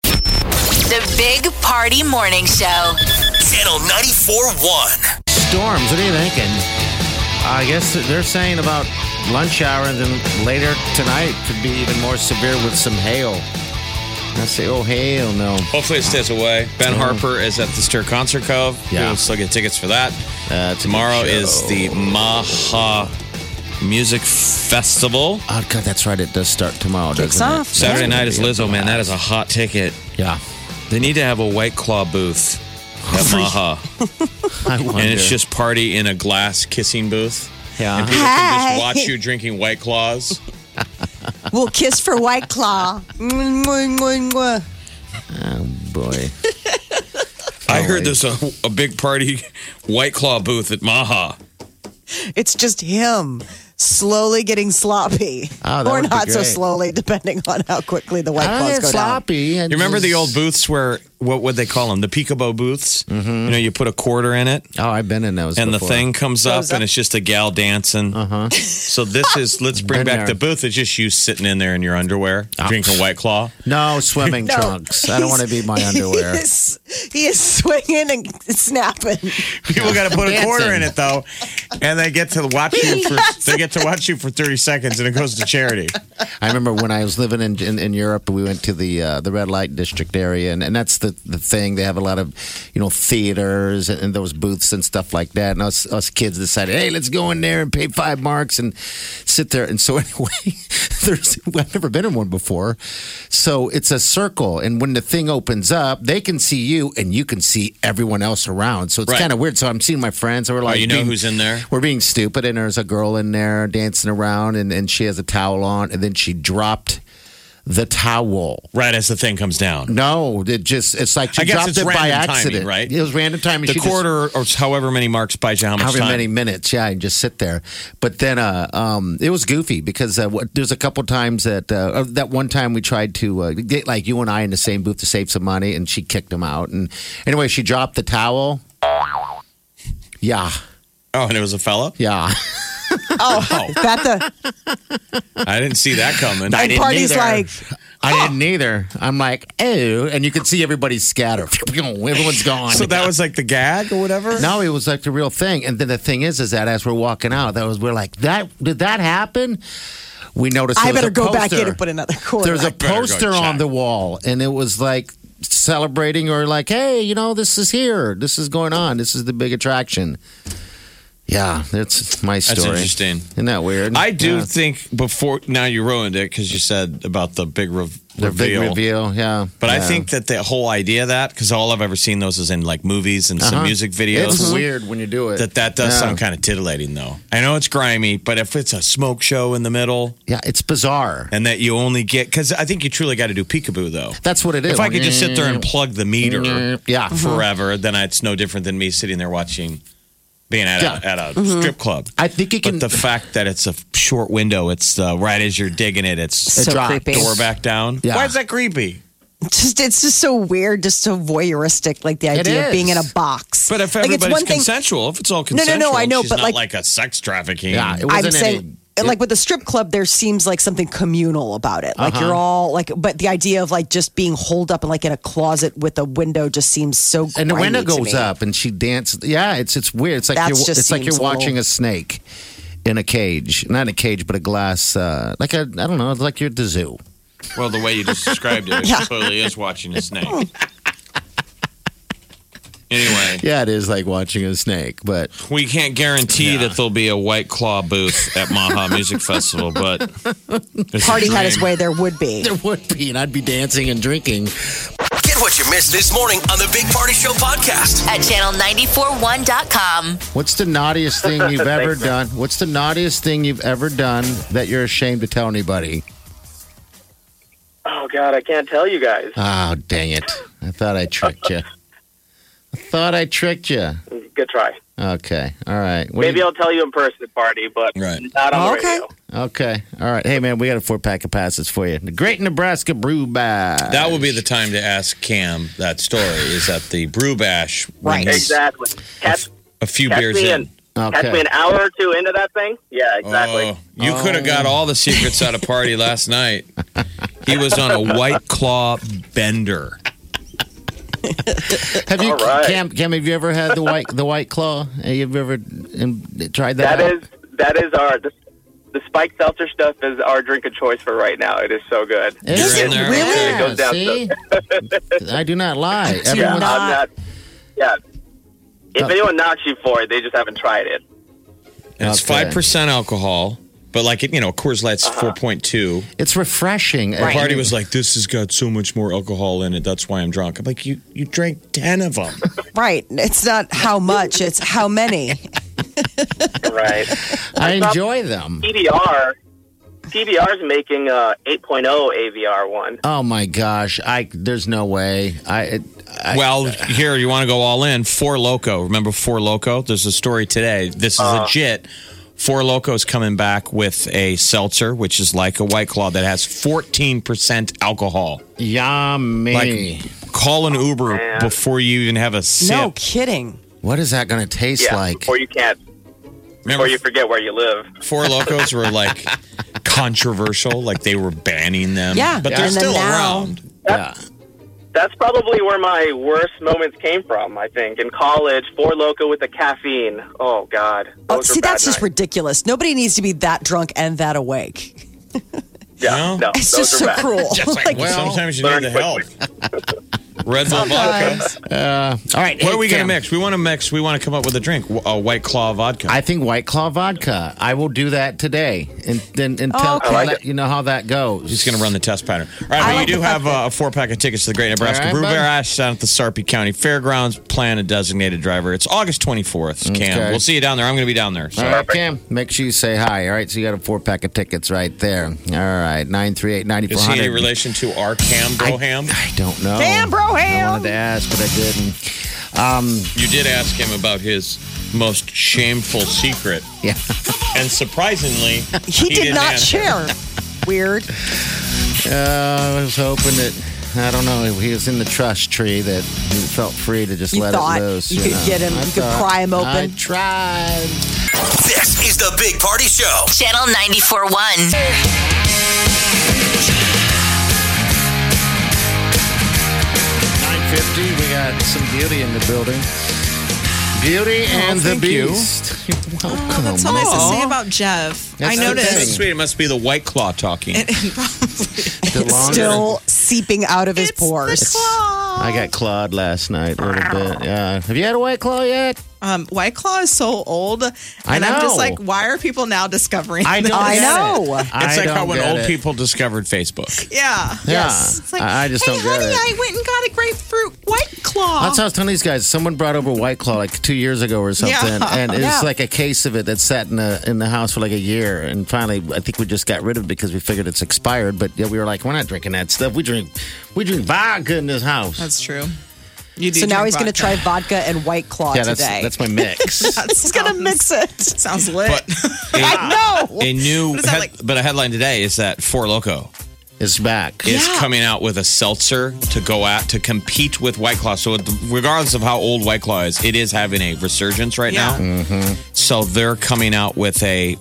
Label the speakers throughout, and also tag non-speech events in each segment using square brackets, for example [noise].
Speaker 1: The Big Party Morning Show.
Speaker 2: Channel 94.1.
Speaker 3: Storms, what are you thinking? I guess they're saying about lunch hour and then later tonight could be even more severe with some hail. I say, oh, hail, no.
Speaker 4: Hopefully it stays away. Ben Harper is at the Stir Concert Cove.
Speaker 3: Mm-hmm. Yeah.
Speaker 4: We'll still get tickets for that.
Speaker 3: Uh, it's a good
Speaker 4: Tomorrow is
Speaker 3: show.
Speaker 4: the Maha Music Festival.
Speaker 3: Oh, God, that's right. It does start tomorrow, doesn't
Speaker 5: Kicks
Speaker 3: it?
Speaker 5: off.
Speaker 3: That's
Speaker 4: Saturday
Speaker 3: gonna
Speaker 4: night is
Speaker 3: be a
Speaker 4: Lizzo, man. That is a
Speaker 3: blast.
Speaker 4: hot ticket.
Speaker 3: Yeah.
Speaker 4: They need to have a White Claw booth
Speaker 3: [laughs]
Speaker 4: at Maha.
Speaker 3: I wonder.
Speaker 4: [laughs] and it's just party in a glass kissing booth.
Speaker 3: Yeah.
Speaker 4: People can
Speaker 5: Hi.
Speaker 4: just watch you drinking
Speaker 3: [laughs]
Speaker 4: White Claws.
Speaker 5: We'll kiss for White Claw. Mwah, mwah, mwah, mwah.
Speaker 3: Oh,
Speaker 5: [laughs]
Speaker 3: boy.
Speaker 4: I heard there's a, a big party [laughs] White Claw booth at Maha.
Speaker 5: It's just him slowly getting sloppy,
Speaker 3: Oh, that
Speaker 5: or
Speaker 3: would be
Speaker 5: not so
Speaker 3: great.
Speaker 5: slowly, depending on how quickly the White
Speaker 3: I don't
Speaker 5: Claws
Speaker 3: think
Speaker 5: go
Speaker 3: it's sloppy.
Speaker 4: You remember the old booths where what would they call them? The peekaboo booths. Mm-hmm. You know, you put a quarter in it,
Speaker 3: Oh, I've been in those.
Speaker 4: and
Speaker 3: before.
Speaker 4: the thing comes up,
Speaker 5: Goes up.
Speaker 4: and it's just a gal dancing. Uh-huh. [laughs] So this is let's bring
Speaker 3: Been
Speaker 4: back
Speaker 3: there.
Speaker 4: the booth. It's just you sitting in there in your underwear, drinking White [laughs] Claw.
Speaker 3: No swimming
Speaker 5: down. [laughs] No,
Speaker 3: trunks. I don't want to be
Speaker 5: he's-
Speaker 3: my underwear.
Speaker 5: [laughs] He is, he is swinging and snapping.
Speaker 4: People got to put a quarter in it though, and they get to watch [laughs] you for they get to watch you for thirty seconds, and it goes to charity.
Speaker 3: I remember when I was living in in, in Europe, we went to the uh, the red light district area, and, and that's the, the thing. They have a lot of you know theaters and, and those booths and stuff like that. And us us kids decided, hey, let's go in there and pay five marks and sit there. And so [laughs] anyway, there's I've never been in one before, so it's a circle, and when the thing opens up, they can see you, and you can see everyone else around. So it's
Speaker 4: Right.
Speaker 3: kind of weird. So I'm seeing my friends, and we're like,
Speaker 4: you know who's in there?
Speaker 3: we're being stupid and there's a girl in there dancing around and, and she has a towel on and then she dropped the towel
Speaker 4: Right as the thing comes down,
Speaker 3: no it just it's like she
Speaker 4: I guess
Speaker 3: dropped
Speaker 4: it's
Speaker 3: it by
Speaker 4: random timing,
Speaker 3: accident
Speaker 4: right?
Speaker 3: it was random timing
Speaker 4: the
Speaker 3: She just-
Speaker 4: quarter or however many marks buys you how much
Speaker 3: however
Speaker 4: time.
Speaker 3: many minutes. Yeah, and just sit there. But then uh, um, it was goofy because uh, what, there's a couple times that uh, uh, that one time we tried to uh, get like you and I in the same booth to save some money, and she kicked him out. And anyway, she dropped the towel. Yeah,
Speaker 4: Oh, and it was a fella.
Speaker 3: yeah.
Speaker 4: [laughs]
Speaker 5: Oh, that
Speaker 3: [laughs]
Speaker 5: the
Speaker 4: I didn't see that coming.
Speaker 3: I didn't
Speaker 5: party's
Speaker 3: either.
Speaker 5: like,
Speaker 3: I didn't either. I'm like, oh, and you could see everybody scatter. [laughs] Everyone's gone.
Speaker 4: So that was like the gag or whatever.
Speaker 3: no, it was like the real thing. And then the thing is, is that as we're walking out, that was we're like, that did that happen? We noticed.
Speaker 5: I
Speaker 3: there was
Speaker 5: better
Speaker 3: a
Speaker 5: go back in
Speaker 3: poster.
Speaker 5: and put another quarter.
Speaker 3: There was a
Speaker 4: better go
Speaker 3: poster on
Speaker 4: check.
Speaker 3: the wall, and it was like celebrating or like, hey, you know, this is here. This is going on. This is the big attraction. Yeah, that's my story.
Speaker 4: That's interesting.
Speaker 3: Isn't that weird?
Speaker 4: I do
Speaker 3: Yeah.
Speaker 4: think before now you ruined it because you said about the big rev-
Speaker 3: the
Speaker 4: reveal.
Speaker 3: big reveal. Yeah,
Speaker 4: But I
Speaker 3: Yeah.
Speaker 4: think that the whole idea of that because all I've ever seen those is in like movies and some
Speaker 3: Uh-huh.
Speaker 4: music videos.
Speaker 3: It's weird when you do it.
Speaker 4: That that does
Speaker 3: Yeah.
Speaker 4: sound kind of titillating though. I know it's grimy, but if it's a smoke show in the middle
Speaker 3: Yeah, it's bizarre.
Speaker 4: and that you only get because I think you truly got to do peekaboo though.
Speaker 3: That's what it is.
Speaker 4: If I could just sit there and plug the meter
Speaker 3: yeah,
Speaker 5: Mm-hmm.
Speaker 4: forever, then it's no different than me sitting there watching, being at
Speaker 3: Yeah. Mm-hmm.
Speaker 4: a, at a strip club.
Speaker 3: I think you can.
Speaker 4: But the fact that it's a short window, it's uh, right as you're digging it, it's
Speaker 5: so
Speaker 3: dropped.
Speaker 5: creepy.
Speaker 4: door back down.
Speaker 3: Yeah.
Speaker 4: Why is that creepy?
Speaker 5: Just it's just so weird, just so voyeuristic, like the
Speaker 3: It
Speaker 5: idea of being in
Speaker 3: is.
Speaker 5: a box.
Speaker 4: But if
Speaker 5: like
Speaker 4: everybody's
Speaker 5: it's one thing,
Speaker 4: consensual, if it's all
Speaker 5: no,
Speaker 4: consensual,
Speaker 5: no, I know,
Speaker 4: she's
Speaker 5: but
Speaker 4: not
Speaker 5: like-
Speaker 4: like, a sex trafficking.
Speaker 3: yeah, it
Speaker 5: I'm
Speaker 3: wasn't
Speaker 5: saying,
Speaker 3: any.
Speaker 5: like with the strip club, there seems like something communal about it. Like
Speaker 3: Uh-huh.
Speaker 5: you're all like, but the idea of like just being holed up and like in a closet with a window just seems so.
Speaker 3: and the
Speaker 5: grimy
Speaker 3: window
Speaker 5: to
Speaker 3: goes
Speaker 5: me.
Speaker 3: up, and she dances. Yeah, it's it's weird. It's like
Speaker 5: That's
Speaker 3: you're,
Speaker 5: just
Speaker 3: it's like you're
Speaker 5: seems a
Speaker 3: watching
Speaker 5: little-
Speaker 3: a snake in a cage, not in a cage, but a glass. Uh, like a, I don't know, like you're at the zoo.
Speaker 4: Well, the way you just described
Speaker 5: [laughs]
Speaker 4: it, it clearly is watching a snake. anyway,
Speaker 3: Yeah, it is like watching a snake, but
Speaker 4: we can't guarantee that there'll be a White Claw booth at Maha
Speaker 5: [laughs]
Speaker 4: Music Festival, but it's a
Speaker 5: Party had his
Speaker 4: dream.
Speaker 5: way. There would
Speaker 3: [laughs] [laughs]
Speaker 5: be.
Speaker 3: there would be, and I'd be dancing and drinking.
Speaker 2: Get what you missed this morning on the Big Party Show podcast.
Speaker 1: At channel941.com.
Speaker 3: What's the naughtiest thing you've ever done? What's the naughtiest thing you've ever done that you're ashamed to tell anybody?
Speaker 6: Oh God, I can't tell you guys.
Speaker 3: Oh, dang it. I thought I tricked you. I thought I tricked you.
Speaker 6: Good try.
Speaker 3: Okay. All right. What do
Speaker 6: Maybe
Speaker 3: you-
Speaker 6: I'll tell you in person, party, but
Speaker 4: Right.
Speaker 6: not on the
Speaker 5: Okay.
Speaker 6: radio.
Speaker 3: Okay. All right. Hey, man, we got a four pack of passes for you. The Great Nebraska Brew Bash.
Speaker 4: That would be the time to ask Cam that story. Is at the Brew Bash when
Speaker 5: Right.
Speaker 4: he's
Speaker 6: Exactly. Catch,
Speaker 4: a few
Speaker 6: catch
Speaker 4: beers
Speaker 6: me
Speaker 4: in.
Speaker 6: in. Catch me an hour or two into that thing. Yeah, exactly.
Speaker 4: Oh, you could have got all the secrets at a party last night. He was on a White Claw bender.
Speaker 3: Have you,
Speaker 6: All right.
Speaker 3: Cam, Cam? Have you ever had the white the white claw? Have you ever um, tried that?
Speaker 6: That
Speaker 3: out?
Speaker 6: is that is our the, the spiked seltzer stuff is our drink of choice for right now. It is so good.
Speaker 3: Is
Speaker 4: You're in there.
Speaker 3: really?
Speaker 6: It goes down
Speaker 3: see? I do not
Speaker 6: [laughs]
Speaker 3: lie.
Speaker 5: do
Speaker 3: Everyone,
Speaker 5: not.
Speaker 6: I'm not. Yeah. If
Speaker 3: Uh,
Speaker 6: anyone knocks you for it, they just haven't tried it.
Speaker 4: And it's
Speaker 3: Okay.
Speaker 4: five percent alcohol, but like you know, Coors Light's four point two.
Speaker 3: it's refreshing.
Speaker 4: The party was like, "This has got so much more alcohol in it. That's why I'm drunk." I'm like, "You you drank ten of them."
Speaker 5: Right. It's not how much, it's how many.
Speaker 3: [laughs]
Speaker 6: Right.
Speaker 3: I enjoy them.
Speaker 6: TBR. TBR's making uh, a 8.0 AVR one.
Speaker 3: Oh my gosh! I there's no way. I, it- I
Speaker 4: well, here you want to go all in. Four Loco, remember Four Loco? There's a story today. This is legit. Four Loco's coming back with a seltzer, which is like a White Claw that has 14% alcohol.
Speaker 3: yummy.
Speaker 4: Like, call an Uber
Speaker 6: man.
Speaker 4: before you even have a sip.
Speaker 5: No kidding.
Speaker 3: what is that going to taste
Speaker 6: yeah. Oh,
Speaker 3: like?
Speaker 6: Before you can't.
Speaker 4: Remember,
Speaker 6: Before you forget where you live.
Speaker 4: Four Locos were like controversial, like they were banning them.
Speaker 5: Yeah.
Speaker 4: but
Speaker 5: Yeah.
Speaker 4: they're
Speaker 5: And then
Speaker 4: still
Speaker 5: now-
Speaker 4: around.
Speaker 3: yeah.
Speaker 6: That's probably where my worst moments came from. I think in college, four loco with the caffeine. Oh God.
Speaker 5: Oh,
Speaker 6: Those were
Speaker 5: see,
Speaker 6: bad
Speaker 5: that's just
Speaker 6: nights.
Speaker 5: ridiculous. Nobody needs to be that drunk and that awake.
Speaker 6: yeah. No,
Speaker 5: It's
Speaker 6: Oh, those
Speaker 5: just
Speaker 6: are
Speaker 5: so
Speaker 6: bad. [laughs]
Speaker 5: cruel.
Speaker 4: well, sometimes you need
Speaker 6: learn
Speaker 4: the help. [laughs] Red Bull vodka.
Speaker 5: Sometimes.
Speaker 3: All right.
Speaker 4: What
Speaker 3: hey,
Speaker 4: are we going to
Speaker 3: Cam.
Speaker 4: mix? We want to mix. We want to come up with a drink, a White Claw vodka.
Speaker 3: I think White Claw vodka. I will do that today, and then and tell
Speaker 5: I
Speaker 6: like
Speaker 3: let you know how that goes.
Speaker 4: He's going to run the test pattern. All right,
Speaker 5: I
Speaker 4: but
Speaker 5: like
Speaker 4: you do
Speaker 5: the
Speaker 4: have
Speaker 5: fact
Speaker 4: uh, a four pack of tickets to the Great Nebraska
Speaker 3: All right,
Speaker 4: Brew
Speaker 3: bud.
Speaker 4: Bear Ash down at the Sarpy County Fairgrounds. Plan a designated driver. It's August 24th, Cam.
Speaker 3: Okay.
Speaker 4: We'll see you down there. I'm going to be down there. So.
Speaker 3: All right, Cam, make sure you say hi. All right, so you got a four pack of tickets right there. All right, 938
Speaker 4: Is he any
Speaker 3: 9400.
Speaker 4: relation to our Cam Broham?
Speaker 3: I don't know.
Speaker 5: Cam
Speaker 3: I
Speaker 5: Broham.
Speaker 3: wanted to ask, but I didn't. [laughs] Um,
Speaker 4: you did ask him about his most shameful secret,
Speaker 3: yeah.
Speaker 7: [laughs]
Speaker 4: and surprisingly,
Speaker 5: He, did
Speaker 4: didn't
Speaker 5: not
Speaker 4: answer.
Speaker 5: share. Weird.
Speaker 3: Uh, I was hoping that, I don't know, he was in the trust tree that he felt free to just
Speaker 5: You
Speaker 3: let
Speaker 5: thought
Speaker 3: it loose.
Speaker 5: you could
Speaker 3: know.
Speaker 5: get him,
Speaker 3: I
Speaker 5: you could
Speaker 3: thought-
Speaker 5: pry him open.
Speaker 3: I tried.
Speaker 2: This is the Big Party Show.
Speaker 1: Channel 94.1.
Speaker 3: Nine fifty. We got some beauty in the building. Beauty and the
Speaker 7: Oh, thank you.
Speaker 3: Beast.
Speaker 7: [laughs]
Speaker 3: Oh, You're welcome.
Speaker 7: That's all nice to say about Jeff.
Speaker 3: That's
Speaker 7: I
Speaker 3: the
Speaker 4: That's
Speaker 7: noticed.
Speaker 3: thing.
Speaker 4: sweet. It must be the White Claw talking.
Speaker 3: The longer-
Speaker 5: Still seeping out of his
Speaker 7: It's the
Speaker 5: pores.
Speaker 7: claw.
Speaker 3: I got clawed last night a little bit. Yeah. Have you had a white claw yet?
Speaker 7: Um, White Claw is so old, and I'm
Speaker 3: know.
Speaker 7: just like, why are people now discovering? [laughs] this?
Speaker 5: I
Speaker 3: get
Speaker 5: know.
Speaker 3: it. I
Speaker 4: It's like
Speaker 3: don't
Speaker 4: how when
Speaker 3: get
Speaker 4: old
Speaker 3: it.
Speaker 4: people discovered Facebook.
Speaker 7: Yeah.
Speaker 3: Yeah.
Speaker 7: Yes. It's like,
Speaker 3: I- I just
Speaker 7: hey,
Speaker 3: don't get
Speaker 7: honey,
Speaker 3: it.
Speaker 7: I went and got a grapefruit White Claw.
Speaker 3: That's how I was telling these guys. Someone brought over White Claw like two years ago or something,
Speaker 7: Yeah.
Speaker 3: and it was
Speaker 5: Yeah.
Speaker 3: like a case of it that sat in the in the house for like a year, and finally, I think we just got rid of it because we figured it's expired. But yeah, we were like, we're not drinking that stuff. We drink we drink vodka in this house.
Speaker 7: That's true. You do
Speaker 5: So now
Speaker 7: drink
Speaker 5: he's going to
Speaker 7: vodka.
Speaker 5: try vodka and White Claw
Speaker 3: yeah, that's
Speaker 7: [laughs]
Speaker 5: today.
Speaker 3: that's my mix.
Speaker 5: He's going to mix it.
Speaker 3: [laughs]
Speaker 7: Sounds lit. [laughs]
Speaker 4: But
Speaker 5: I know.
Speaker 4: a new,
Speaker 7: What is that
Speaker 4: head-
Speaker 7: like?
Speaker 4: but a headline today is that Four Loco
Speaker 3: it's back.
Speaker 4: is
Speaker 7: Yeah.
Speaker 4: coming out with a seltzer to go at to compete with White Claw. So, it- regardless of how old White Claw is, it is having a resurgence right
Speaker 7: Yeah.
Speaker 4: now. So, they're coming out with a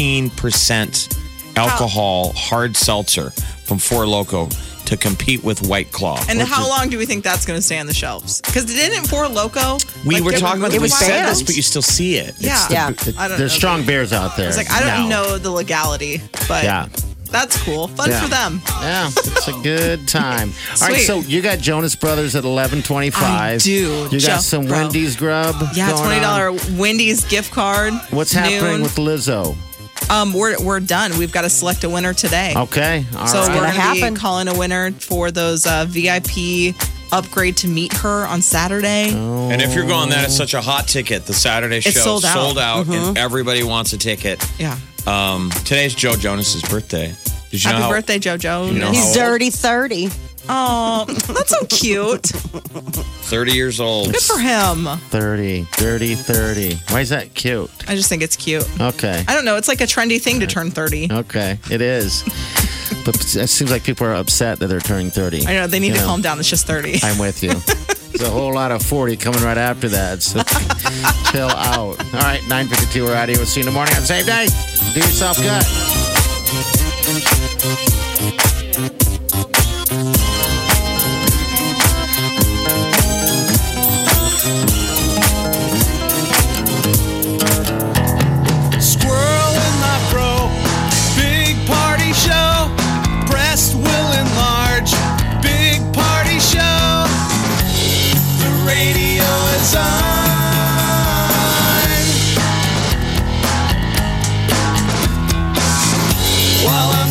Speaker 4: 14% alcohol hard seltzer from Four Loco to compete with White Claw.
Speaker 7: and how long do we think that's going to stay on the shelves? Because didn't Four Loco?
Speaker 4: we
Speaker 7: like,
Speaker 4: were
Speaker 7: get
Speaker 4: talking about
Speaker 7: removed
Speaker 4: this. We
Speaker 7: by
Speaker 4: said
Speaker 7: them?
Speaker 4: this, but you still see it.
Speaker 7: Yeah.
Speaker 5: Yeah.
Speaker 7: I don't
Speaker 3: There's
Speaker 7: know.
Speaker 3: strong beers out there.
Speaker 7: It's like I don't
Speaker 3: now.
Speaker 7: know the legality, but
Speaker 3: Yeah.
Speaker 7: that's cool. Fun
Speaker 3: Yeah.
Speaker 7: for them.
Speaker 3: Yeah, it's a good
Speaker 7: [laughs]
Speaker 3: time. All right,
Speaker 7: Sweet.
Speaker 3: so you got Jonas Brothers at eleven twenty-five.
Speaker 7: I do,
Speaker 3: You got
Speaker 7: Joe,
Speaker 3: some
Speaker 7: bro.
Speaker 3: Wendy's grub.
Speaker 7: Yeah,
Speaker 3: going
Speaker 7: twenty
Speaker 3: on.
Speaker 7: dollar Wendy's gift card.
Speaker 3: What's happening
Speaker 7: Noon.
Speaker 3: with Lizzo?
Speaker 7: Um, we're we're done. We've got to select a winner today.
Speaker 3: Okay, all
Speaker 7: so
Speaker 3: right.
Speaker 7: we're
Speaker 5: Gonna
Speaker 7: going to
Speaker 5: happen.
Speaker 7: be calling a winner for those uh, VIP upgrade to meet her on Saturday.
Speaker 4: And if you're going, that is such a hot ticket. The Saturday show
Speaker 7: It's sold out. Mm-hmm.
Speaker 4: out, and everybody wants a ticket.
Speaker 7: Yeah.
Speaker 4: Um, today's Joe Jonas's birthday. Did you know
Speaker 7: Happy
Speaker 4: how,
Speaker 7: birthday, JoJo.
Speaker 4: You know
Speaker 5: He's
Speaker 4: how old?
Speaker 5: dirty 30.
Speaker 7: Oh, that's so cute.
Speaker 4: 30 years old.
Speaker 7: Good for him.
Speaker 3: 30, dirty 30. Why is that cute?
Speaker 7: I just think it's cute.
Speaker 3: Okay.
Speaker 7: I don't know. It's like a trendy thing to turn 30.
Speaker 3: Okay,
Speaker 7: [laughs]
Speaker 3: it is. but it seems like people are upset that they're turning 30.
Speaker 7: I know. Uh, They need to
Speaker 3: Yeah.
Speaker 7: calm down. It's just 30.
Speaker 3: I'm with you. There's a whole lot of 40 coming right after that. So [laughs] chill out. All right, 952, we're out of here. We'll see you in the morning on the same day. Do yourself good.
Speaker 2: Squirrel in my bro. Big party show. Breast will enlarge. Big party show. The radio is on. While I'm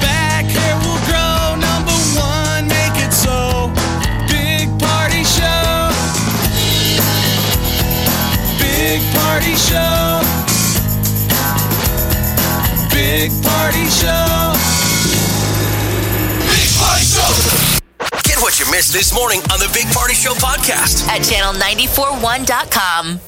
Speaker 2: Back hair will grow. Number one, make it so. Big party show. Big party show. Big party show. Big party show. Get what you missed this morning on the Big Party Show podcast.
Speaker 1: at channel941.com.